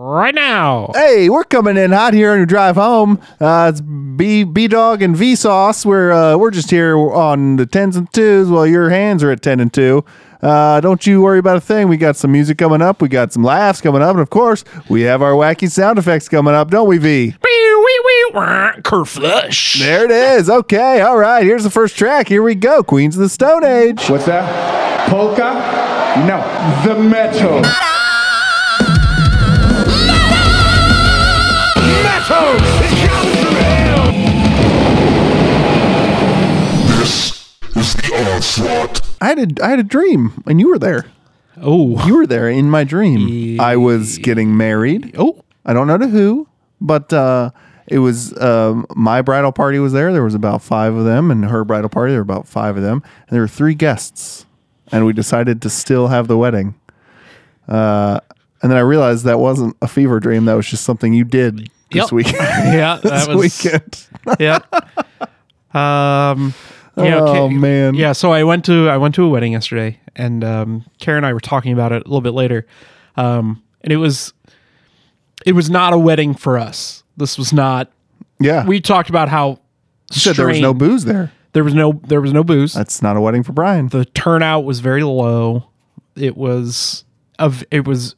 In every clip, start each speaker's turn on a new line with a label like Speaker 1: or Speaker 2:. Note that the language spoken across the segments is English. Speaker 1: right now.
Speaker 2: Hey, we're coming in hot here on your drive home. Uh, it's B B Dog and V Sauce. We're uh, we're just here on the tens and twos while your hands are at ten and two. Uh, don't you worry about a thing. We got some music coming up. We got some laughs coming up, and of course, we have our wacky sound effects coming up, don't we,
Speaker 1: Wee,
Speaker 2: V?
Speaker 1: wee, wee, wah, Kerflush.
Speaker 2: There it is. Okay, all right. Here's the first track. Here we go. Queens of the Stone Age.
Speaker 3: What's that? Polka? No, the metal. Metal! It comes from hell!
Speaker 4: It's the onslaught.
Speaker 2: I had a, I had a dream, and you were there.
Speaker 1: Oh,
Speaker 2: You were there in my dream. I was getting married.
Speaker 1: oh,
Speaker 2: I don't know to who, but uh, it was um my bridal party was there. There was about five of them, and her bridal party there were about five of them, and there were three guests, and we decided to still have the wedding. Uh, and then I realized that wasn't a fever dream. That was just something you did this
Speaker 1: Yep.
Speaker 2: week.
Speaker 1: yeah,
Speaker 2: this
Speaker 1: that was
Speaker 2: weekend.
Speaker 1: yeah. Um, yeah, Ka-
Speaker 2: Oh, man.
Speaker 1: Yeah, so I went to I went to a wedding yesterday, and um, Karen and I were talking about it a little bit later, um, and it was it was not a wedding for us. This was not.
Speaker 2: Yeah,
Speaker 1: We talked about how
Speaker 2: You said there was no
Speaker 1: strained-
Speaker 2: booze there.
Speaker 1: There was no there was no booze.
Speaker 2: That's not a wedding for Brian.
Speaker 1: the turnout was very low. It was of it was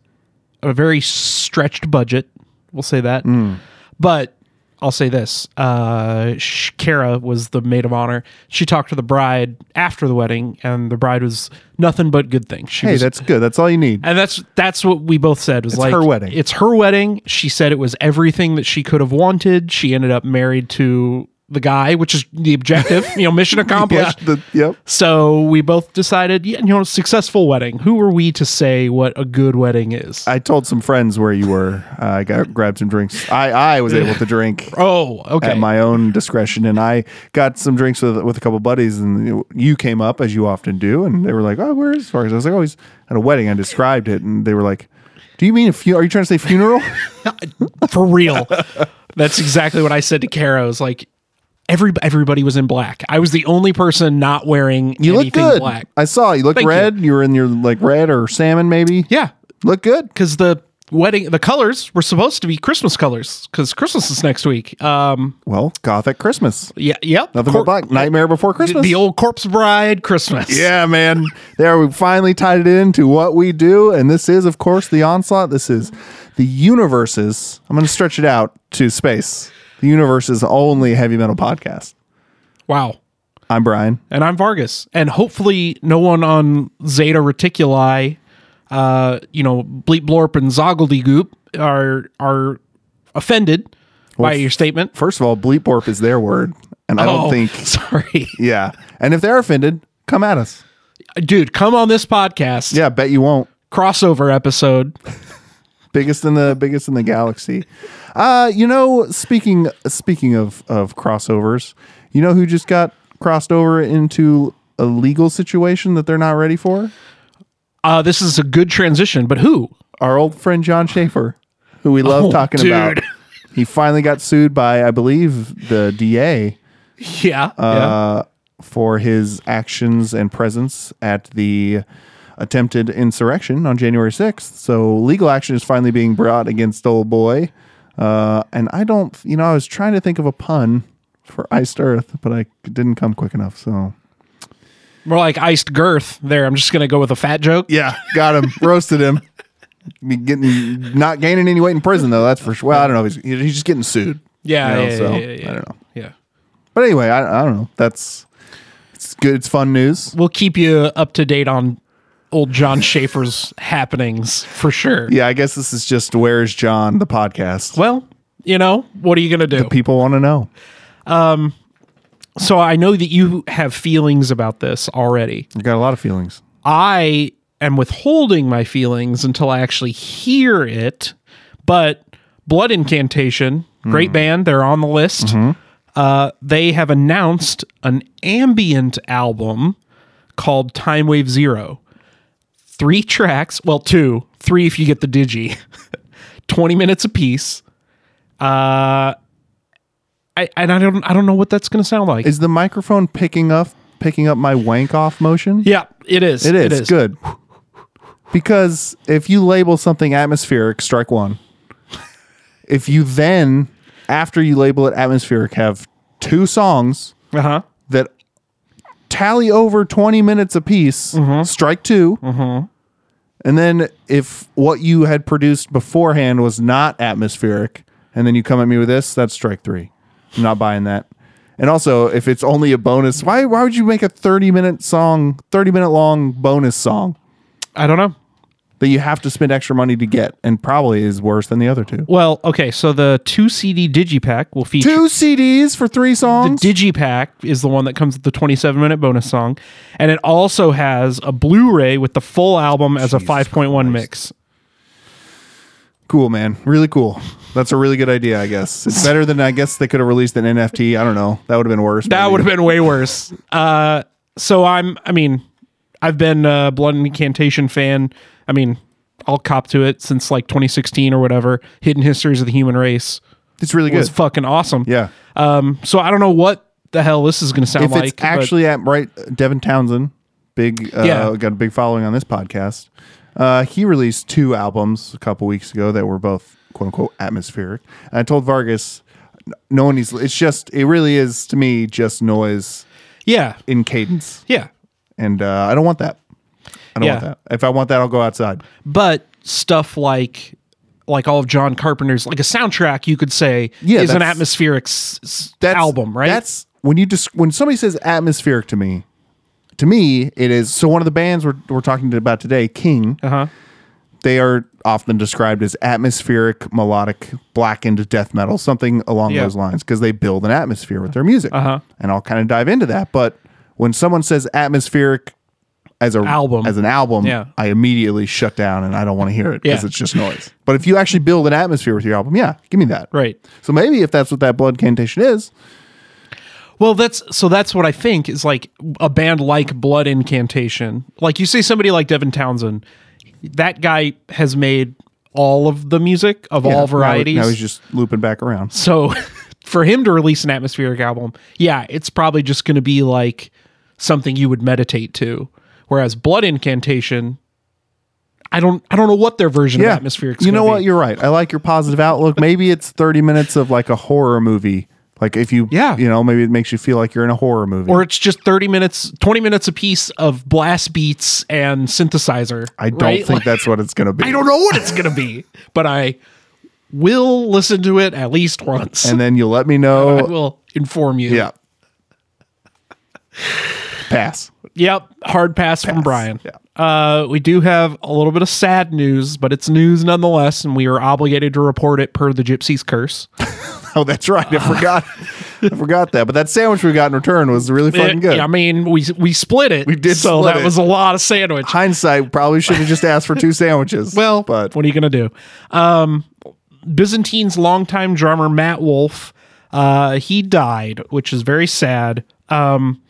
Speaker 1: a very stretched budget. We'll say that.
Speaker 2: Mm.
Speaker 1: But I'll say this: uh, Sh- Kara was the maid of honor. She talked to the bride after the wedding, and the bride was nothing but good things. She
Speaker 2: hey,
Speaker 1: was,
Speaker 2: that's good. That's all you need.
Speaker 1: and that's that's what we both said was like
Speaker 2: her wedding.
Speaker 1: It's her wedding. She said it was everything that she could have wanted. She ended up married to the guy, which is the objective. you know, mission
Speaker 2: Yeah,
Speaker 1: accomplished.
Speaker 2: the- yep.
Speaker 1: So we both decided, yeah, you know, successful wedding. Who are we to say what a good wedding is?
Speaker 2: I told some friends where you were. Uh, I got grabbed some drinks. I I was able to drink
Speaker 1: oh, okay.
Speaker 2: at my own discretion, and I got some drinks with with a couple buddies, and you- you came up as you often do, and they were like, "Oh, where is Fargus?" I was like, "Oh, he's at a wedding." I described it, and they were like, "Do you mean a funeral? Are you trying to say funeral?"
Speaker 1: For real. That's exactly what I said to Kara. I was like, every, everybody was in black. I was the only person not wearing
Speaker 2: You look
Speaker 1: anything
Speaker 2: good.
Speaker 1: black.
Speaker 2: I saw you look
Speaker 1: Thank you.
Speaker 2: red. You. were in your like red or salmon, maybe.
Speaker 1: yeah.
Speaker 2: look good.
Speaker 1: Because the wedding, the colors were supposed to be Christmas colors because Christmas is next week. Um,
Speaker 2: Well, gothic Christmas.
Speaker 1: yeah. Yep.
Speaker 2: Nothing
Speaker 1: Cor-
Speaker 2: but black. Nightmare Before
Speaker 1: The,
Speaker 2: Christmas.
Speaker 1: the old corpse bride Christmas.
Speaker 2: Yeah, man. There, we finally tied it into what we do. And this is, of course, the onslaught. This is the universe's, I'm going to stretch it out to space, the universe's only heavy metal podcast.
Speaker 1: Wow.
Speaker 2: I'm Brian.
Speaker 1: and I'm Vargas. And hopefully, no one on Zeta Reticuli, uh, you know, Bleep Blorp and Zoggledygoop are are offended by your statement.
Speaker 2: First of all, bleep warp is their word. And I don't
Speaker 1: Oh,
Speaker 2: think,
Speaker 1: Sorry,
Speaker 2: yeah. And if they're offended, come at us.
Speaker 1: dude, come on this podcast
Speaker 2: Yeah, bet you won't.
Speaker 1: crossover episode.
Speaker 2: biggest in the biggest in the galaxy. Uh, you know, speaking speaking of of crossovers, you know who just got crossed over into a legal situation that they're not ready for?
Speaker 1: Uh, this is a good transition, but who?
Speaker 2: Our old friend John Schaefer, who we love
Speaker 1: Oh,
Speaker 2: talking about.
Speaker 1: dude.
Speaker 2: He finally got sued by, I believe, the DA
Speaker 1: Yeah,
Speaker 2: uh, for his actions and presence at the attempted insurrection on January 6th. So legal action is finally being brought against old boy. Uh, and I don't, you know, I was trying to think of a pun for iced earth, but I didn't come quick enough. So
Speaker 1: yeah. More like iced girth. There, I'm just gonna go with a fat joke.
Speaker 2: yeah, got him, roasted him. Be getting not gaining any weight in prison though. That's for sure. Well, I don't know. He's he's just getting sued.
Speaker 1: yeah,
Speaker 2: you know,
Speaker 1: yeah,
Speaker 2: so,
Speaker 1: yeah, yeah,
Speaker 2: I don't know.
Speaker 1: yeah.
Speaker 2: But anyway, I, I don't know. That's it's good. It's fun news.
Speaker 1: We'll keep you up to date on old John Schaefer's happenings for sure.
Speaker 2: Yeah, I guess this is just where's John the podcast.
Speaker 1: Well, you know, what are you going to do?
Speaker 2: People want to know.
Speaker 1: so I know that you have feelings about this already.
Speaker 2: I got a lot of feelings.
Speaker 1: I am withholding my feelings until I actually hear it. But Blood Incantation,
Speaker 2: Mm-hmm.
Speaker 1: great band, they're on the list. Uh, they have announced an ambient album called Time Wave Zero. Three tracks, well, two, three if you get the digi, 20 minutes apiece. Uh, I, and I don't, I don't know what that's going to sound like.
Speaker 2: Is the microphone picking up picking up my wank off motion?
Speaker 1: yeah, it is.
Speaker 2: it, is. good. Because if you label something atmospheric, strike one. If you then, after you label it atmospheric, have two songs
Speaker 1: Uh huh.
Speaker 2: that tally over 20 minutes apiece, strike 2 And then if what you had produced beforehand was not atmospheric, and then you come at me with this, that's strike three. I'm not buying that. And also, if it's only a bonus, why why would you make a 30 minute song, 30 minute long bonus song
Speaker 1: I don't know.
Speaker 2: that you have to spend extra money to get and probably is worse than the other two?
Speaker 1: Well, okay, so the two CD digipack will feature
Speaker 2: Two CDs for three
Speaker 1: the
Speaker 2: songs?
Speaker 1: digipack is the one that comes with the 27 minute bonus song, and it also has a Blu-ray with the full album as a 5.1 mix.
Speaker 2: Cool, man. Really cool. That's a really good idea, I guess. It's better than I guess they could have released an NFT. I don't know. That would have been worse.
Speaker 1: That
Speaker 2: maybe.
Speaker 1: would have been way worse. Uh, so I'm, I mean, I've been a Blood and Incantation fan. I mean, I'll cop to it since like 2016 or whatever. Hidden Histories of the Human Race
Speaker 2: It's really
Speaker 1: was
Speaker 2: good.
Speaker 1: fucking awesome.
Speaker 2: Yeah.
Speaker 1: Um, so I don't know what the hell this is going to sound
Speaker 2: If
Speaker 1: like.
Speaker 2: it's
Speaker 1: but-
Speaker 2: actually at right, Devin Townsend, big, uh,
Speaker 1: Yeah.
Speaker 2: got a big following on this podcast. Uh, he released two albums a couple weeks ago that were both quote unquote atmospheric. And I told Vargas, n- no one needs. It's just it really is to me just noise
Speaker 1: yeah,
Speaker 2: in cadence,
Speaker 1: yeah,
Speaker 2: and uh, I don't want that. I don't
Speaker 1: Yeah.
Speaker 2: want that. If I want that, I'll go outside.
Speaker 1: but stuff like like all of John Carpenter's like a soundtrack you could say
Speaker 2: Yeah,
Speaker 1: is an
Speaker 2: that's-
Speaker 1: atmospheric s- s-
Speaker 2: that's,
Speaker 1: album, right?
Speaker 2: That's when you just when somebody says atmospheric to me, to me it is. So one of the bands we're we're talking about today, King,
Speaker 1: uh-huh.
Speaker 2: they are often described as atmospheric, melodic, blackened death metal, something along
Speaker 1: Yeah.
Speaker 2: those lines, because they build an atmosphere with their music. Uh-huh. And I'll kind of dive into that. But when someone says atmospheric as a
Speaker 1: Album.
Speaker 2: as an album,
Speaker 1: Yeah.
Speaker 2: I immediately shut down and I don't want to hear it because
Speaker 1: Yeah.
Speaker 2: it's just noise. But if you actually build an atmosphere with your album, yeah, give me that.
Speaker 1: Right.
Speaker 2: So maybe if that's what that blood cantation is,
Speaker 1: Well, that's so that's what I think is like a band like Blood Incantation. Like you say somebody like Devin Townsend, that guy has made all of the music of
Speaker 2: Yeah,
Speaker 1: all
Speaker 2: now-
Speaker 1: varieties.
Speaker 2: Now, he's just looping back around.
Speaker 1: So for him to release an atmospheric album, yeah, it's probably just going to be like something you would meditate to. Whereas Blood Incantation, I don't, I don't know what their version
Speaker 2: Yeah,
Speaker 1: of atmospheric.
Speaker 2: You know what? You're right. I like your positive outlook. Maybe it's 30 minutes of like a horror movie. Like if you,
Speaker 1: Yeah.
Speaker 2: you know, maybe it makes you feel like you're in a horror movie.
Speaker 1: or it's just thirty minutes, twenty minutes a piece of blast beats and synthesizer.
Speaker 2: I don't
Speaker 1: right?
Speaker 2: think
Speaker 1: Like,
Speaker 2: that's what it's going to be.
Speaker 1: I don't know what it's going to be, but I will listen to it at least once.
Speaker 2: And then you'll let me
Speaker 1: I
Speaker 2: know.
Speaker 1: will inform you.
Speaker 2: Yeah. Pass.
Speaker 1: Yep. Hard pass, from
Speaker 2: Pass.
Speaker 1: Brian.
Speaker 2: Yeah.
Speaker 1: Uh, we do have a little bit of sad news, but it's news nonetheless, and we are obligated to report it per the Gypsy's curse.
Speaker 2: Oh, that's right. I forgot. I forgot that. But that sandwich we got in return was really fucking good.
Speaker 1: I mean, we we split it. We
Speaker 2: did
Speaker 1: so
Speaker 2: split
Speaker 1: that
Speaker 2: it.
Speaker 1: was a lot of sandwich.
Speaker 2: Hindsight probably should have just asked for two sandwiches.
Speaker 1: well,
Speaker 2: but
Speaker 1: what are you gonna do? Um, Byzantine's longtime drummer Matt Wolf, uh, he died, which is very sad. Um,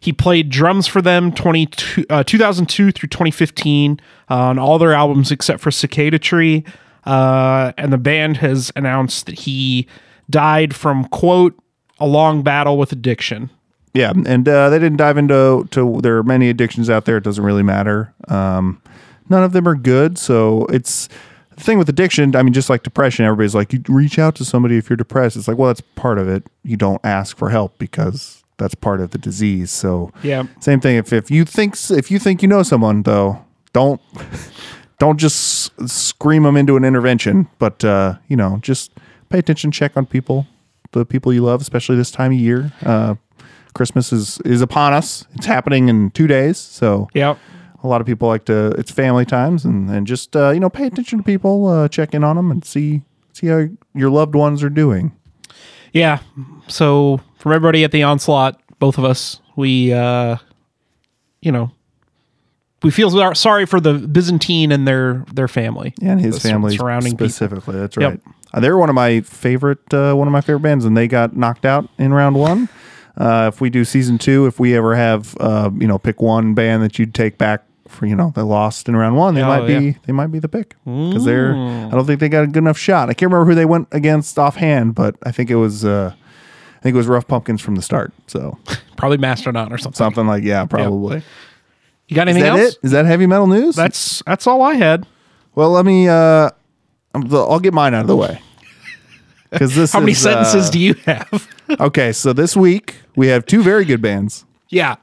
Speaker 1: he played drums for them 22, uh, 2002 through 2015 uh, on all their albums except for Cicada Tree. Uh, and the band has announced that he died from, quote, a long battle with addiction.
Speaker 2: yeah and uh, they didn't dive into to there are many addictions out there it doesn't really matter um, none of them are good so it's the thing with addiction i mean just like depression everybody's like you reach out to somebody if you're depressed it's like well that's part of it you don't ask for help because that's part of the disease so
Speaker 1: Yeah.
Speaker 2: same thing if, if you think if you think you know someone though don't don't just s- scream them into an intervention, but uh, you know, just pay attention, check on people, the people you love, especially this time of year. Uh, Christmas is is upon us. It's happening in two days, so
Speaker 1: Yep.
Speaker 2: a lot of people like to. It's family times, and and just uh, you know, pay attention to people, uh, check in on them, and see see how your loved ones are doing.
Speaker 1: Yeah. So from everybody at the onslaught, both of us, we uh you know we feel so- sorry for the Byzantine and their their family.
Speaker 2: Yeah, and his
Speaker 1: The sur-
Speaker 2: family
Speaker 1: surrounding people.
Speaker 2: specifically. That's
Speaker 1: Yep.
Speaker 2: right. Uh, they're one of my favorite uh, one of my favorite bands, and they got knocked out in round one. Uh, if we do season two, if we ever have uh, you know pick one band that you'd take back for you know they lost in round one, they
Speaker 1: Oh,
Speaker 2: might be
Speaker 1: yeah.
Speaker 2: they might be the pick because they're I don't think they got a good enough shot. I can't remember who they went against offhand, but I think it was uh, I think it was Rough Pumpkins from the start. So
Speaker 1: probably Mastodon or something.
Speaker 2: something like yeah, probably.
Speaker 1: You got
Speaker 2: Is
Speaker 1: anything
Speaker 2: that
Speaker 1: else?
Speaker 2: it? Is that heavy metal news?
Speaker 1: That's that's all I had.
Speaker 2: Well, let me. Uh, I'm- I'll get mine out of the way. Because this
Speaker 1: How many
Speaker 2: is,
Speaker 1: sentences
Speaker 2: uh,
Speaker 1: do you have?
Speaker 2: okay, so this week we have two very good bands,
Speaker 1: yeah.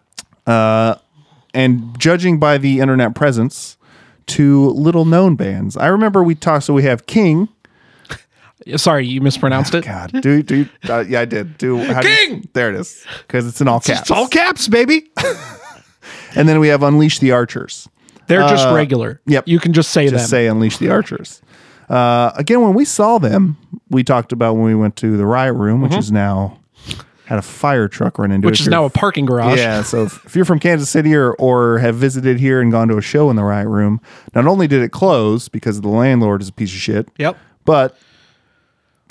Speaker 2: and judging by the internet presence, two little known bands. I remember we talked. So we have King.
Speaker 1: Sorry, you mispronounced it.
Speaker 2: God, do do you- uh, yeah, I did. Do how do you-
Speaker 1: King!
Speaker 2: there it is because it's in all caps.
Speaker 1: It's all caps, baby.
Speaker 2: and then we have Unleash the Archers.
Speaker 1: They're just regular.
Speaker 2: Uh, yep.
Speaker 1: You can just say
Speaker 2: Just
Speaker 1: that.
Speaker 2: say Unleash the Archers. Uh, again, when we saw them, we talked about when we went to the Riot Room, which is now had a fire truck run into it.
Speaker 1: Mm-hmm. which is
Speaker 2: You're-
Speaker 1: now a parking garage.
Speaker 2: Yeah, so if, if you're from Kansas City or, or have visited here and gone to a show in the Riot Room, not only did it close because the landlord is a piece of shit,
Speaker 1: Yep.
Speaker 2: but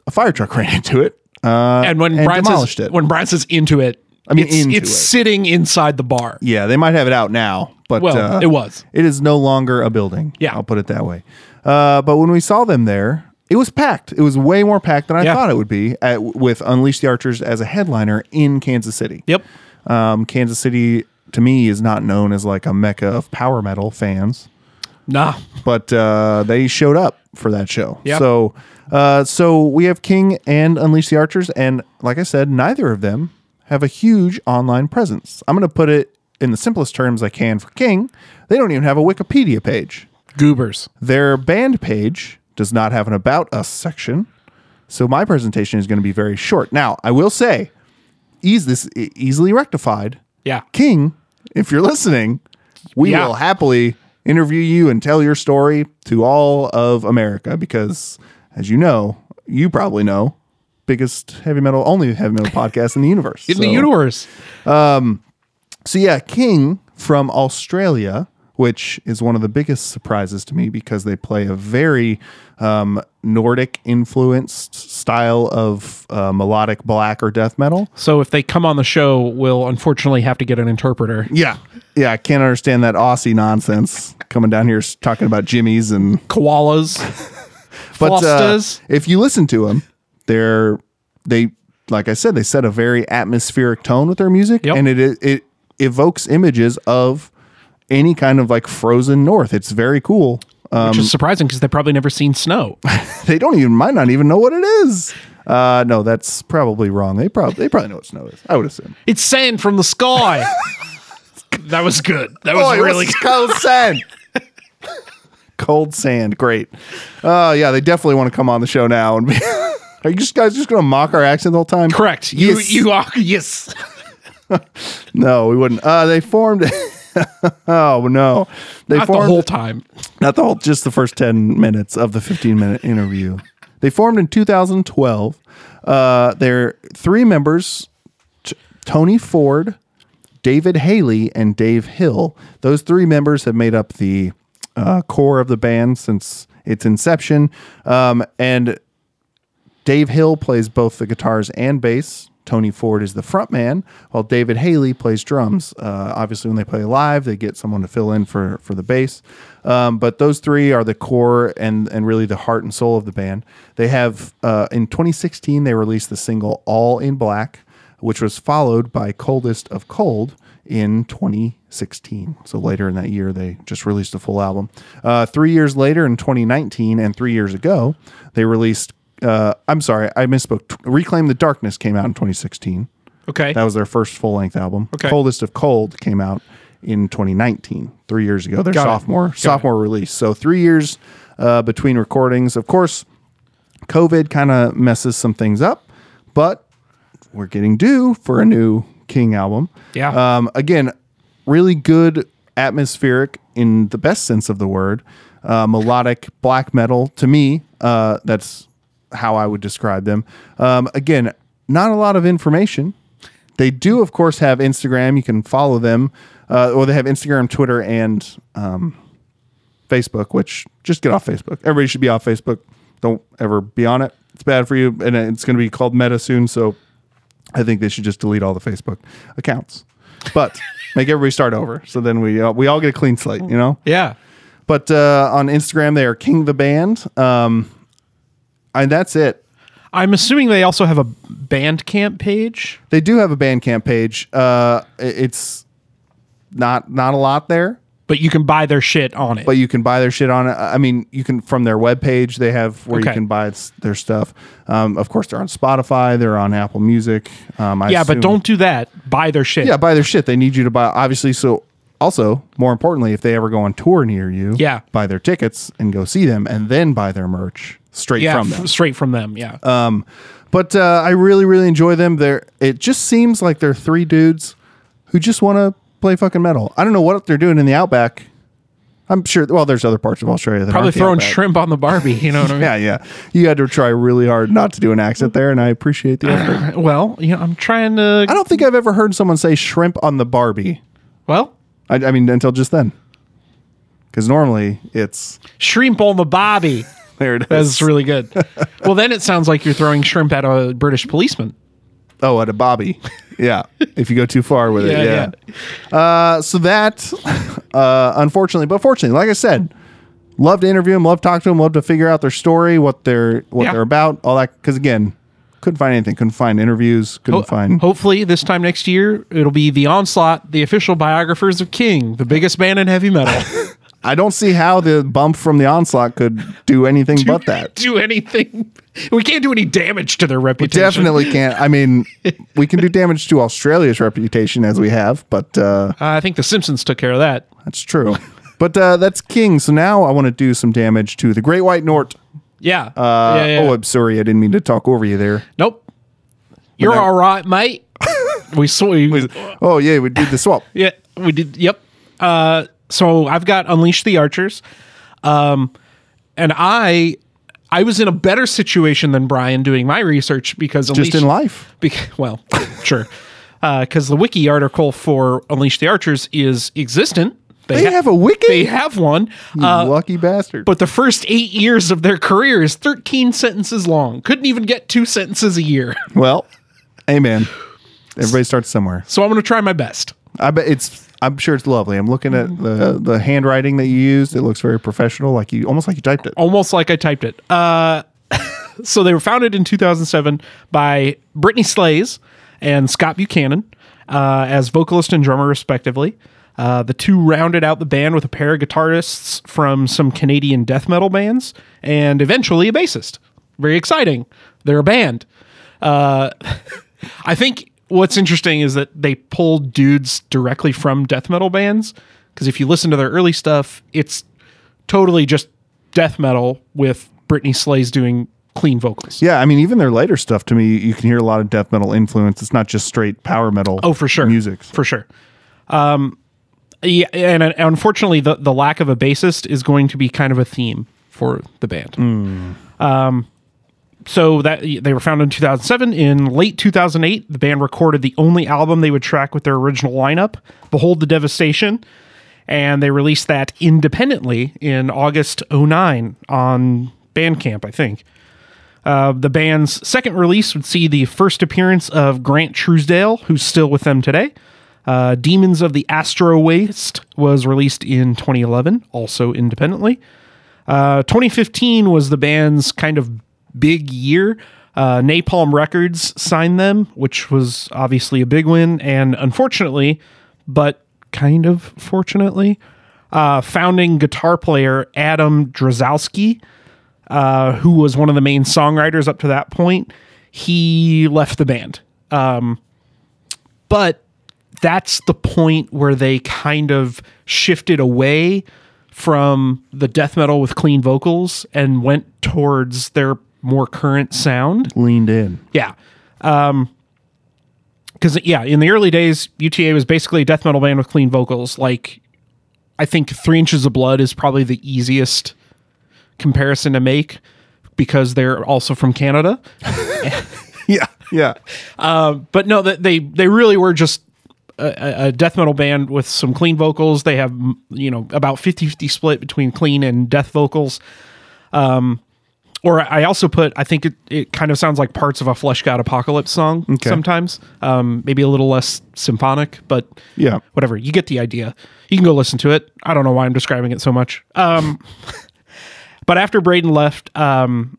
Speaker 2: a fire truck ran into it. Uh,
Speaker 1: and when
Speaker 2: and
Speaker 1: Brian
Speaker 2: demolished
Speaker 1: says
Speaker 2: it.
Speaker 1: when Brian says into it, I
Speaker 2: mean,
Speaker 1: it's,
Speaker 2: into
Speaker 1: it's
Speaker 2: it.
Speaker 1: sitting inside the bar.
Speaker 2: yeah, they might have it out now, but
Speaker 1: Well,
Speaker 2: uh,
Speaker 1: it was.
Speaker 2: It is no longer a building.
Speaker 1: Yeah.
Speaker 2: I'll put it that way. Uh, but when we saw them there, it was packed. It was way more packed than I
Speaker 1: Yeah.
Speaker 2: thought it would be at, with Unleash the Archers as a headliner in Kansas City.
Speaker 1: Yep.
Speaker 2: Um, Kansas City, to me, is not known as like a mecca of power metal fans,
Speaker 1: Nah.
Speaker 2: but uh, they showed up for that show.
Speaker 1: Yep.
Speaker 2: So, uh, so we have King and Unleash the Archers, and like I said, neither of them have a huge online presence. I'm going to put it in the simplest terms I can for King. They don't even have a Wikipedia page.
Speaker 1: Goobers.
Speaker 2: Their band page does not have an about us section. So my presentation is going to be very short. Now, I will say, ease this e- easily rectified.
Speaker 1: Yeah.
Speaker 2: King, if you're listening, we
Speaker 1: Yeah.
Speaker 2: will happily interview you and tell your story to all of America because as you know, you probably know, biggest heavy metal only heavy metal podcast in the universe.
Speaker 1: In the
Speaker 2: So-
Speaker 1: universe.
Speaker 2: so yeah, King from Australia, which is one of the biggest surprises to me because they play a very um, Nordic influenced style of uh, melodic black or death metal.
Speaker 1: So if they come on the show, we'll unfortunately have to get an interpreter.
Speaker 2: Yeah, yeah, I can't understand that Aussie nonsense coming down here s- talking about Jimmy's and
Speaker 1: Koalas.
Speaker 2: but uh,
Speaker 1: Fosters.
Speaker 2: if you listen to them, they're they like I said, they set a very atmospheric tone with their music,
Speaker 1: Yep.
Speaker 2: and it it evokes images of any kind of like frozen north. It's very cool. Uh,
Speaker 1: which is surprising because they've probably never seen snow.
Speaker 2: they don't even might not even know what it is. Uh, no, that's probably wrong. They probably they probably know what snow is. I would assume.
Speaker 1: it's sand from the sky. that was good. That Oh, was
Speaker 2: Oh, it
Speaker 1: really
Speaker 2: was cold sand. cold sand, great. Uh, yeah, they definitely want to come on the show now. And be, are you just guys just going to mock our accent the whole time?
Speaker 1: correct. You
Speaker 2: Yes.
Speaker 1: you are yes.
Speaker 2: No, we wouldn't. Uh, they formed. oh no, they
Speaker 1: Not the
Speaker 2: formed
Speaker 1: whole time.
Speaker 2: not the whole, just the first ten minutes of the fifteen-minute interview. They formed in 2012. Uh, they're three members: T- Tony Ford, David Haley, and Dave Hill. Those three members have made up the uh, core of the band since its inception. Um, and Dave Hill plays both the guitars and bass. Tony Ford is the front man, while David Haley plays drums. Uh, obviously, when they play live, they get someone to fill in for for the bass. Um, but those three are the core and and really the heart and soul of the band. They have uh, in 2016 they released the single "All in Black," which was followed by "Coldest of Cold" in 2016. So later in that year, they just released a full album. Uh, three years later, in 2019, and three years ago, they released. Uh, I'm sorry, I misspoke. T- Reclaim the Darkness came out in 2016.
Speaker 1: Okay.
Speaker 2: That was their first full length album.
Speaker 1: Okay.
Speaker 2: Coldest of Cold came out in 2019, three years ago. Their
Speaker 1: Got it.
Speaker 2: sophomore
Speaker 1: Got it.
Speaker 2: sophomore release. So three years uh, between recordings. Of course, COVID kind of messes some things up, but we're getting due for a new King album.
Speaker 1: Yeah.
Speaker 2: Um, again, really good atmospheric in the best sense of the word, uh, melodic black metal. To me, uh, that's how I would describe them. Um, again, not a lot of information. They do, of course, have Instagram. You can follow them, uh, or they have Instagram, Twitter, and um, Facebook, which just get off Facebook. Everybody should be off Facebook. Don't ever be on it. It's bad for you, and it's going to be called Meta soon. So I think they should just delete all the Facebook accounts, but make everybody start over. So then we uh, we all get a clean slate, you know.
Speaker 1: yeah.
Speaker 2: But uh, on Instagram, they are King the Band, um, and that's it.
Speaker 1: I'm assuming they also have a Bandcamp page.
Speaker 2: They do have a Bandcamp page. Uh, i- it's not not a lot there.
Speaker 1: but you can buy their shit on it.
Speaker 2: but you can buy their shit on it. I mean, you can from their webpage. They have where
Speaker 1: Okay.
Speaker 2: you can buy s- their stuff. Um, of course, they're on Spotify. They're on Apple Music. Um, I
Speaker 1: yeah,
Speaker 2: assume-
Speaker 1: but don't do that. Buy their shit.
Speaker 2: Yeah, buy their shit. They need you to buy. Obviously, so also more importantly, if they ever go on tour near you,
Speaker 1: Yeah.
Speaker 2: buy their tickets and go see them, and then buy their merch straight
Speaker 1: yeah,
Speaker 2: from them.
Speaker 1: f- straight from them. Yeah,
Speaker 2: But uh, I really, really enjoy them. They're it just seems like they're three dudes who just want to play fucking metal. I don't know what they're doing in the outback. I'm sure. Well, there's other parts of Australia that
Speaker 1: probably
Speaker 2: aren't the
Speaker 1: throwing
Speaker 2: outback.
Speaker 1: shrimp on the Barbie. You know what I mean?
Speaker 2: Yeah, yeah. You had to try really hard not to do an accent there, and I appreciate the effort.
Speaker 1: Well, you know, I'm trying to.
Speaker 2: I don't think I've ever heard someone say shrimp on the Barbie.
Speaker 1: well,
Speaker 2: I, I mean, until just then. Because normally it's
Speaker 1: shrimp on the Barbie.
Speaker 2: there it is.
Speaker 1: That's really good. well, then it sounds like you're throwing shrimp at a British policeman.
Speaker 2: oh, at a Bobby. Yeah. if you go too far with
Speaker 1: Yeah,
Speaker 2: it. Yeah. Uh, so that, uh, unfortunately, but fortunately, like I said, love to interview them, love to talk to them, love to figure out their story, what they're what
Speaker 1: Yeah.
Speaker 2: they're about, all that. Because again, couldn't find anything. Couldn't find interviews. Couldn't find.
Speaker 1: Hopefully, this time next year, it'll be The Onslaught, the official biographers of King, the biggest band in heavy metal.
Speaker 2: I don't see how the bump from the onslaught could do anything but that.
Speaker 1: do anything. We can't do any damage to their reputation.
Speaker 2: Definitely can't. I mean, we can do damage to Australia's reputation as we have, but uh,
Speaker 1: Uh, I think The Simpsons took care of that.
Speaker 2: that's true. But uh, that's King. So now I want to do some damage to the Great White Nort.
Speaker 1: Yeah.
Speaker 2: Uh,
Speaker 1: yeah, yeah.
Speaker 2: Oh, I'm sorry. I didn't mean to talk over you there.
Speaker 1: nope. You're
Speaker 2: that-
Speaker 1: all right, mate. we saw you.
Speaker 2: Oh, yeah. We did the swap.
Speaker 1: Yeah, we did. Yep. Uh, so I've got Unleash the Archers, um, and I, I was in a better situation than Brian doing my research because
Speaker 2: Just in life.
Speaker 1: Bec- well, sure, because the wiki article for Unleash the Archers is existent.
Speaker 2: They have a wiki?
Speaker 1: They have one.
Speaker 2: You
Speaker 1: Uh,
Speaker 2: lucky bastard.
Speaker 1: but the first eight years of their career is 13 sentences long. Couldn't even get two sentences a year.
Speaker 2: well, amen. Everybody starts somewhere.
Speaker 1: So I'm going to try my best.
Speaker 2: I bet it's. I'm sure it's lovely. I'm looking at the the handwriting that you used. It looks very professional, like you almost like you typed it.
Speaker 1: almost like I typed it. Uh, so they were founded in 2007 by Brittany Slays and Scott Buchanan uh, as vocalist and drummer, respectively. Uh, the two rounded out the band with a pair of guitarists from some Canadian death metal bands and eventually a bassist. Very exciting. They're a band. Uh, I think what's interesting is that they pulled dudes directly from death metal bands because if you listen to their early stuff, it's totally just death metal with Britney Slays doing clean vocals.
Speaker 2: Yeah, I mean, even their later stuff to me, you can hear a lot of death metal influence. It's not just straight power metal.
Speaker 1: Oh, for sure.
Speaker 2: music.
Speaker 1: For sure. Um, yeah, and uh, unfortunately, the, the lack of a bassist is going to be kind of a theme for the band. Um,
Speaker 2: Hmm.
Speaker 1: so that they were founded in 2007. In late 2008, the band recorded the only album they would track with their original lineup, "Behold the Devastation," and they released that independently in August 09 on Bandcamp, I think. Uh, The band's second release would see the first appearance of Grant Truesdale, who's still with them today. Uh, Demons of the Astro Waste was released in 2011, also independently. Uh, 2015 was the band's kind of big year. Uh, Napalm Records signed them, which was obviously a big win. And unfortunately, but kind of fortunately, uh, founding guitar player Adam Drazowski uh, who was one of the main songwriters up to that point, he left the band. Um, but that's the point where they kind of shifted away from the death metal with clean vocals and went towards their more current sound.
Speaker 2: Leaned in.
Speaker 1: Yeah. Um, because yeah, in the early days, UTA was basically a death metal band with clean vocals. Like, I think Three Inches of Blood is probably the easiest comparison to make because they're also from Canada.
Speaker 2: Yeah, yeah.
Speaker 1: But no, that they they really were just a, a- a death metal band with some clean vocals. They have mm, you know about 50-50 split between clean and death vocals. Um, or I also put I think it, it kind of sounds like parts of a Flesh God Apocalypse song sometimes. Um, maybe a little less symphonic, but
Speaker 2: Yeah.
Speaker 1: whatever. You get the idea. You can go listen to it. I don't know why I'm describing it so much. Um, but after Braden left, um,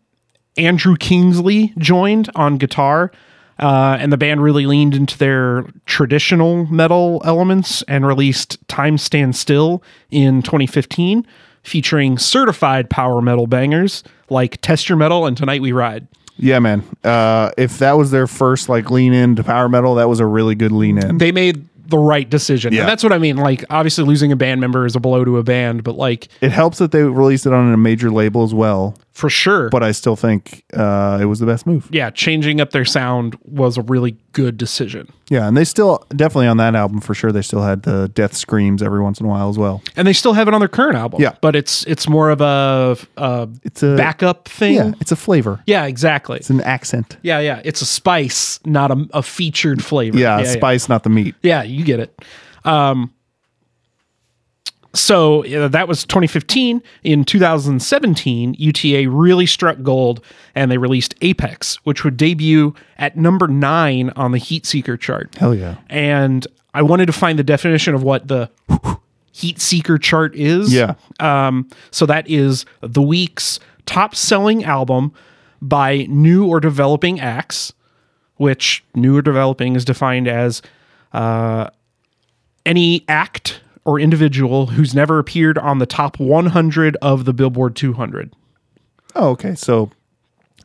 Speaker 1: Andrew Kingsley joined on guitar. Uh, and the band really leaned into their traditional metal elements and released Time Stand Still in 2015, featuring certified power metal bangers like Test Your Metal and Tonight We Ride.
Speaker 2: Yeah, man. Uh, if that was their first like lean in to power metal, that was a really good lean in.
Speaker 1: They made the right decision.
Speaker 2: Yeah.
Speaker 1: And that's what I mean. Like, obviously, losing a band member is a blow to a band, but like,
Speaker 2: It helps that they released it on a major label as well,
Speaker 1: for sure.
Speaker 2: but I still think uh, it was the best move.
Speaker 1: yeah, changing up their sound was a really good decision.
Speaker 2: Yeah, and they still definitely on that album for sure. They still had the death screams every once in a while as well.
Speaker 1: And they still have it on their current album.
Speaker 2: Yeah.
Speaker 1: But it's it's more of a, a
Speaker 2: It's a
Speaker 1: backup thing.
Speaker 2: Yeah, it's a flavor.
Speaker 1: Yeah, exactly.
Speaker 2: It's an accent.
Speaker 1: Yeah, yeah. It's a spice, not a, a featured flavor.
Speaker 2: Yeah, spice, not the meat.
Speaker 1: Yeah. you get it. Um, so yeah, that was 2015. In 2017, UTA really struck gold and they released Apex, which would debut at number nine on the Heat Seeker chart.
Speaker 2: Hell yeah.
Speaker 1: And I wanted to find the definition of what the Heat Seeker chart is.
Speaker 2: Yeah.
Speaker 1: Um, so that is the week's top selling album by new or developing acts, which new or developing is defined as uh, any act or individual who's never appeared on the top 100 of the Billboard 200.
Speaker 2: Oh, okay. So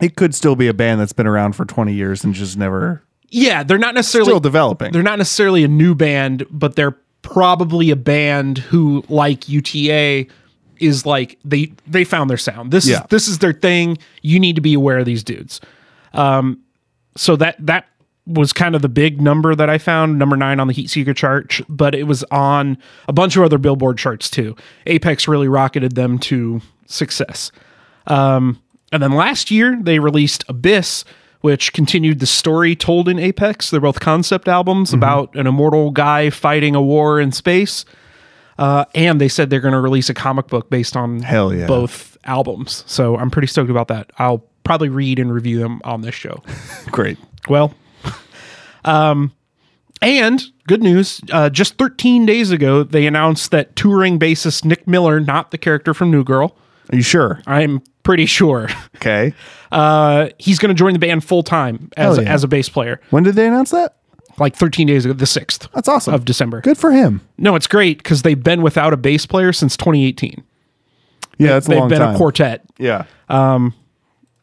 Speaker 2: it could still be a band that's been around for 20 years and just never
Speaker 1: Yeah, they're not necessarily
Speaker 2: still developing.
Speaker 1: they're not necessarily a new band, but they're probably a band who like UTA is like they they found their sound. This
Speaker 2: Yeah.
Speaker 1: is this is their thing. You need to be aware of these dudes. Um so that that was kind of the big number that I found, number 9 on the Heat Seeker chart, but it was on a bunch of other Billboard charts too. Apex really rocketed them to success. And then last year, they released Abyss, which continued the story told in Apex. They're both concept albums
Speaker 2: Mm-hmm.
Speaker 1: about an immortal guy fighting a war in space. Uh, and they said they're going to release a comic book based on
Speaker 2: Hell yeah.
Speaker 1: both albums. So I'm pretty stoked about that. I'll probably read and review them on this show.
Speaker 2: Great.
Speaker 1: Well, um, and good news, uh, just 13 days ago, they announced that touring bassist Nick Miller, not the character from New Girl,
Speaker 2: Are you sure?
Speaker 1: I'm pretty sure.
Speaker 2: Okay.
Speaker 1: uh, he's going to join the band full time as,
Speaker 2: Hell yeah.
Speaker 1: as a bass player,
Speaker 2: When did they announce that?
Speaker 1: like 13 days ago, the 6th
Speaker 2: That's awesome.
Speaker 1: of December.
Speaker 2: Good for him.
Speaker 1: No, it's great because they've been without a bass player since 2018.
Speaker 2: Yeah, that's a
Speaker 1: They've
Speaker 2: long
Speaker 1: been
Speaker 2: time.
Speaker 1: a Uh, quartet.
Speaker 2: Yeah.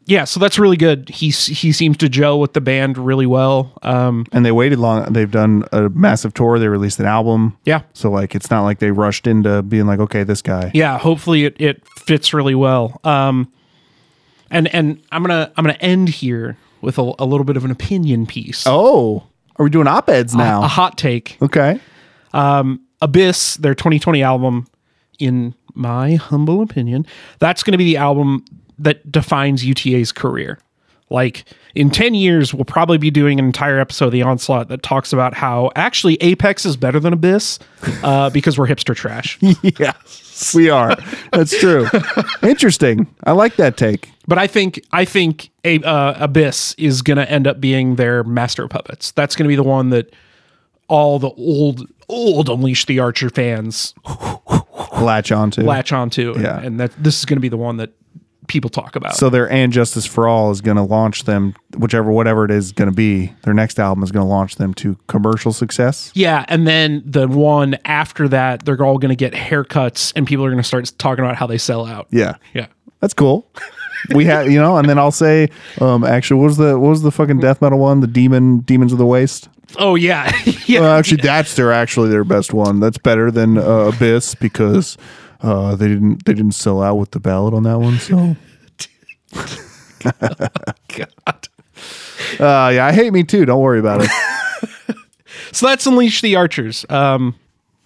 Speaker 1: Yeah, so that's really good. He s- he seems to gel with the band really well. Um,
Speaker 2: and they waited long. They've done a massive tour. They released an album.
Speaker 1: yeah,
Speaker 2: So like, it's not like they rushed into being like, okay, this guy.
Speaker 1: yeah. Hopefully it, it fits really well. Um, and and I'm gonna I'm gonna end here with a, a little bit of an opinion piece,
Speaker 2: Oh, are we doing op eds now?
Speaker 1: a hot take.
Speaker 2: okay.
Speaker 1: Abyss, their 2020 album, in my humble opinion, that's going to be the album that defines UTA's career. Like in 10 years, we'll probably be doing an entire episode of The Onslaught that talks about how actually Apex is better than Abyss uh, because we're hipster trash.
Speaker 2: Yes, we are. That's true. Interesting. I like that take.
Speaker 1: But I think I think a, uh, Abyss is going to end up being their master of puppets. That's going to be the one that all the old old Unleash the Archer fans
Speaker 2: Latch onto.
Speaker 1: latch onto, and,
Speaker 2: Yeah.
Speaker 1: and that this is going to be the one that people talk about.
Speaker 2: So their and justice for all is going to launch them, whichever whatever it is going to be. Their next album is going to launch them to commercial success.
Speaker 1: yeah, and then the one after that, they're all going to get haircuts, and people are going to start talking about how they sell out.
Speaker 2: Yeah,
Speaker 1: yeah.
Speaker 2: that's cool. we have you know, and then I'll say, um, actually, what was the what was the fucking death metal one? The demon demons of the waste.
Speaker 1: Oh yeah, yeah.
Speaker 2: Well, actually, that's their actually their best one. That's better than uh, Abyss because uh, they didn't they didn't sell out with the ballad on that one. So
Speaker 1: God.
Speaker 2: uh, yeah, I hate me too. Don't worry about it.
Speaker 1: So that's Unleash the Archers. Um,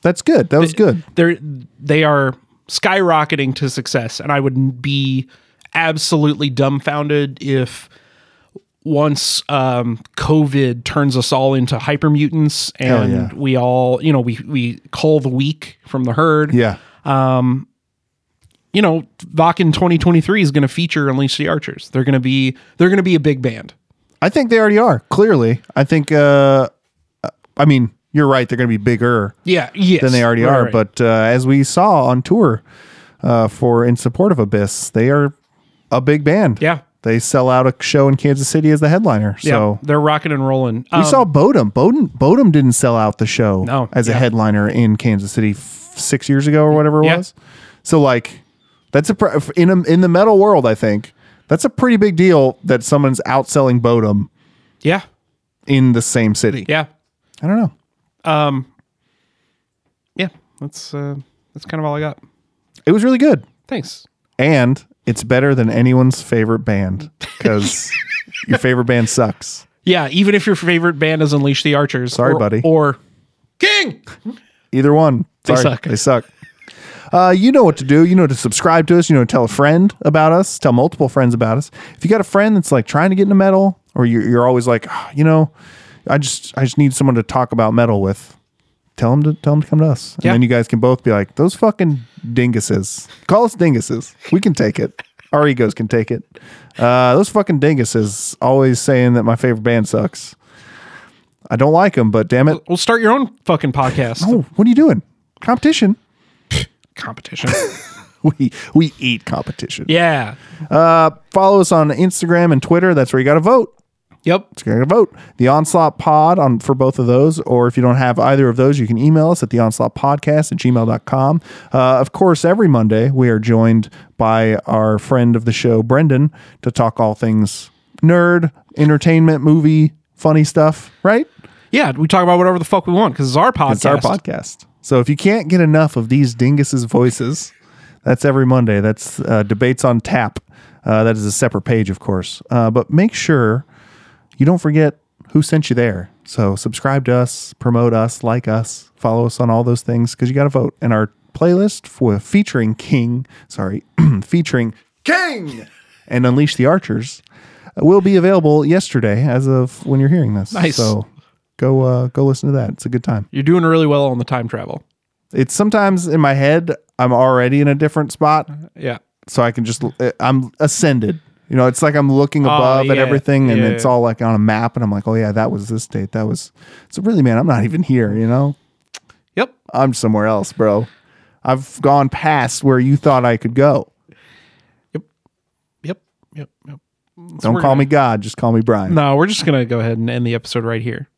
Speaker 2: That's good. That was good.
Speaker 1: they're they are skyrocketing to success, and I would be absolutely dumbfounded if once um, COVID turns us all into hyper mutants and
Speaker 2: yeah.
Speaker 1: we all, you know, we we call the weak from the herd.
Speaker 2: Yeah,
Speaker 1: you know, Vakin 2023 is going to feature Unleash the Archers. They're going to be they're going to be a big band.
Speaker 2: I think they already are. Clearly, I think. Uh, I mean, you're right. They're going to be bigger
Speaker 1: Yeah, yes.
Speaker 2: than they already
Speaker 1: Right,
Speaker 2: are.
Speaker 1: right.
Speaker 2: But uh, as we saw on tour uh, for in support of Abyss, they are a big band.
Speaker 1: yeah,
Speaker 2: They sell out a show in Kansas City as the headliner.
Speaker 1: Yeah,
Speaker 2: So
Speaker 1: they're rocking and rolling.
Speaker 2: we
Speaker 1: Um,
Speaker 2: saw Bodum. Bodum Bodum didn't sell out the show
Speaker 1: No,
Speaker 2: as
Speaker 1: yeah.
Speaker 2: a headliner in Kansas City f- six years ago or whatever it
Speaker 1: Yeah.
Speaker 2: was. So like that's a pr- in a, in the metal world, I think that's a pretty big deal that someone's outselling Bodum
Speaker 1: yeah,
Speaker 2: in the same city.
Speaker 1: yeah,
Speaker 2: I don't know.
Speaker 1: yeah. That's uh, that's kind of all I got.
Speaker 2: It was really good,
Speaker 1: Thanks.
Speaker 2: and it's better than anyone's favorite band because your favorite band sucks.
Speaker 1: Yeah, even if your favorite band is Unleash the Archers,
Speaker 2: Sorry,
Speaker 1: or-
Speaker 2: buddy.
Speaker 1: or King.
Speaker 2: Either one. Sorry,
Speaker 1: suck.
Speaker 2: They suck. Uh, you know what to do. You know to subscribe to us. You know to tell a friend about us. Tell multiple friends about us. If you got a friend that's like trying to get into metal, or you're, you're always like, "Ah, you know, I just I just need someone to talk about metal with. Tell them to tell them to come to us, and
Speaker 1: Yeah.
Speaker 2: then you guys can both be like those fucking dinguses. Call us dinguses. We can take it. Our egos can take it. Uh, those fucking dinguses always saying that my favorite band sucks. I don't like them, but damn it,
Speaker 1: We'll start your own fucking podcast
Speaker 2: Oh, what are you doing? Competition.
Speaker 1: competition.
Speaker 2: We we eat competition. Uh,
Speaker 1: yeah.
Speaker 2: Follow us on Instagram and Twitter. That's where you got to vote.
Speaker 1: Yep.
Speaker 2: That's where you got to vote. The Onslaught Pod on for both of those. Or if you don't have either of those, you can email us at the Onslaught Podcast at gmail.com. Uh, of course, every Monday we are joined by our friend of the show, Brendan, to talk all things nerd, entertainment, movie, funny stuff, right?
Speaker 1: Yeah, we talk about whatever the fuck we want because it's our podcast.
Speaker 2: It's our podcast. So if you can't get enough of these dinguses' voices, that's every Monday. That's uh, debates on tap. Uh, that is a separate page, of course. Uh, but make sure you don't forget who sent you there. So subscribe to us, promote us, like us, follow us on all those things because you got to vote. And our playlist for featuring King, sorry, featuring King and Unleash the Archers uh, will be available yesterday as of when you're hearing this.
Speaker 1: Nice.
Speaker 2: So go uh, go listen to that. It's a good time
Speaker 1: You're doing really well on the time travel.
Speaker 2: it's sometimes in my head i'm already in a different spot
Speaker 1: Yeah.
Speaker 2: so i can just eh, i'm ascended you know it's like i'm looking above at
Speaker 1: Oh, yeah.
Speaker 2: everything and
Speaker 1: Yeah,
Speaker 2: it's
Speaker 1: yeah.
Speaker 2: all like on a map and i'm like oh yeah that was this date that was so really man i'm not even here you know
Speaker 1: Yep.
Speaker 2: i'm somewhere else bro i've gone past where you thought i could go
Speaker 1: Yep. Yep. Yep.
Speaker 2: don't
Speaker 1: we're
Speaker 2: call
Speaker 1: gonna-
Speaker 2: me god just call me brian
Speaker 1: No, we're just gonna go ahead and end the episode right here.